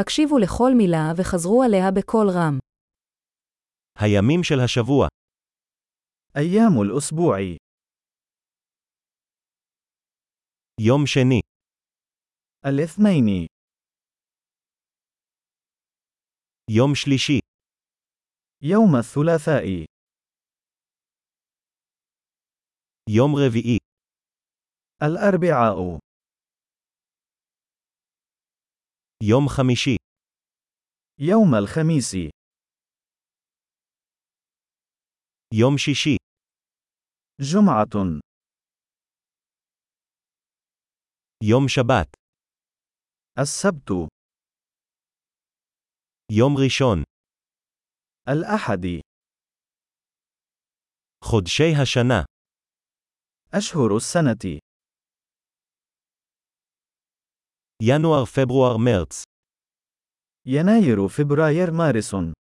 הקשיבו לכל מילה וחזרו עליה בקול רם. הימים של השבוע, أيام الأسبوع: יום שני, الاثنين، יום שלישי, يوم الثلاثاء، יום רביעי, الأربعاء، יום חמישי, يوم الخميس، יום שישי, جمعة، יום שבת, السبت، יום ראשון, الأحد، חודשי השנה, أشهر السنة: ינואר, פברואר, מרץ, يناير، فبراير، مارس،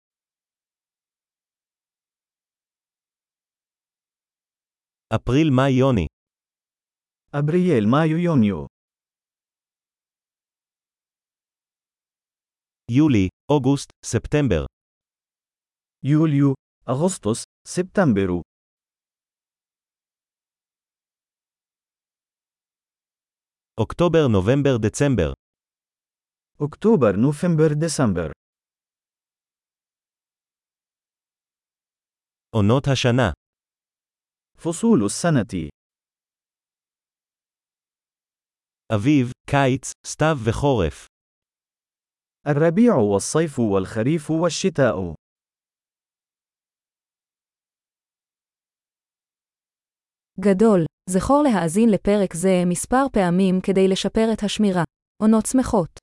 אפריל, מאי, יוני, أبريل، مايو، يونيو، יולי, אוגוסט, ספטמבר, يوليو، أغسطس، سبتمبر، אוקטובר, נובמבר, דצמבר, أكتوبر، نوفمبر، ديسمبر، עונות השנה, فصول السنة: אביב, קיץ, סתיו וחורף, الربيع والصيف والخريف والشتاء، גדול, זכור להאזין לפרק זה מספר פעמים כדי לשפר את השמירה. עונות שמחות.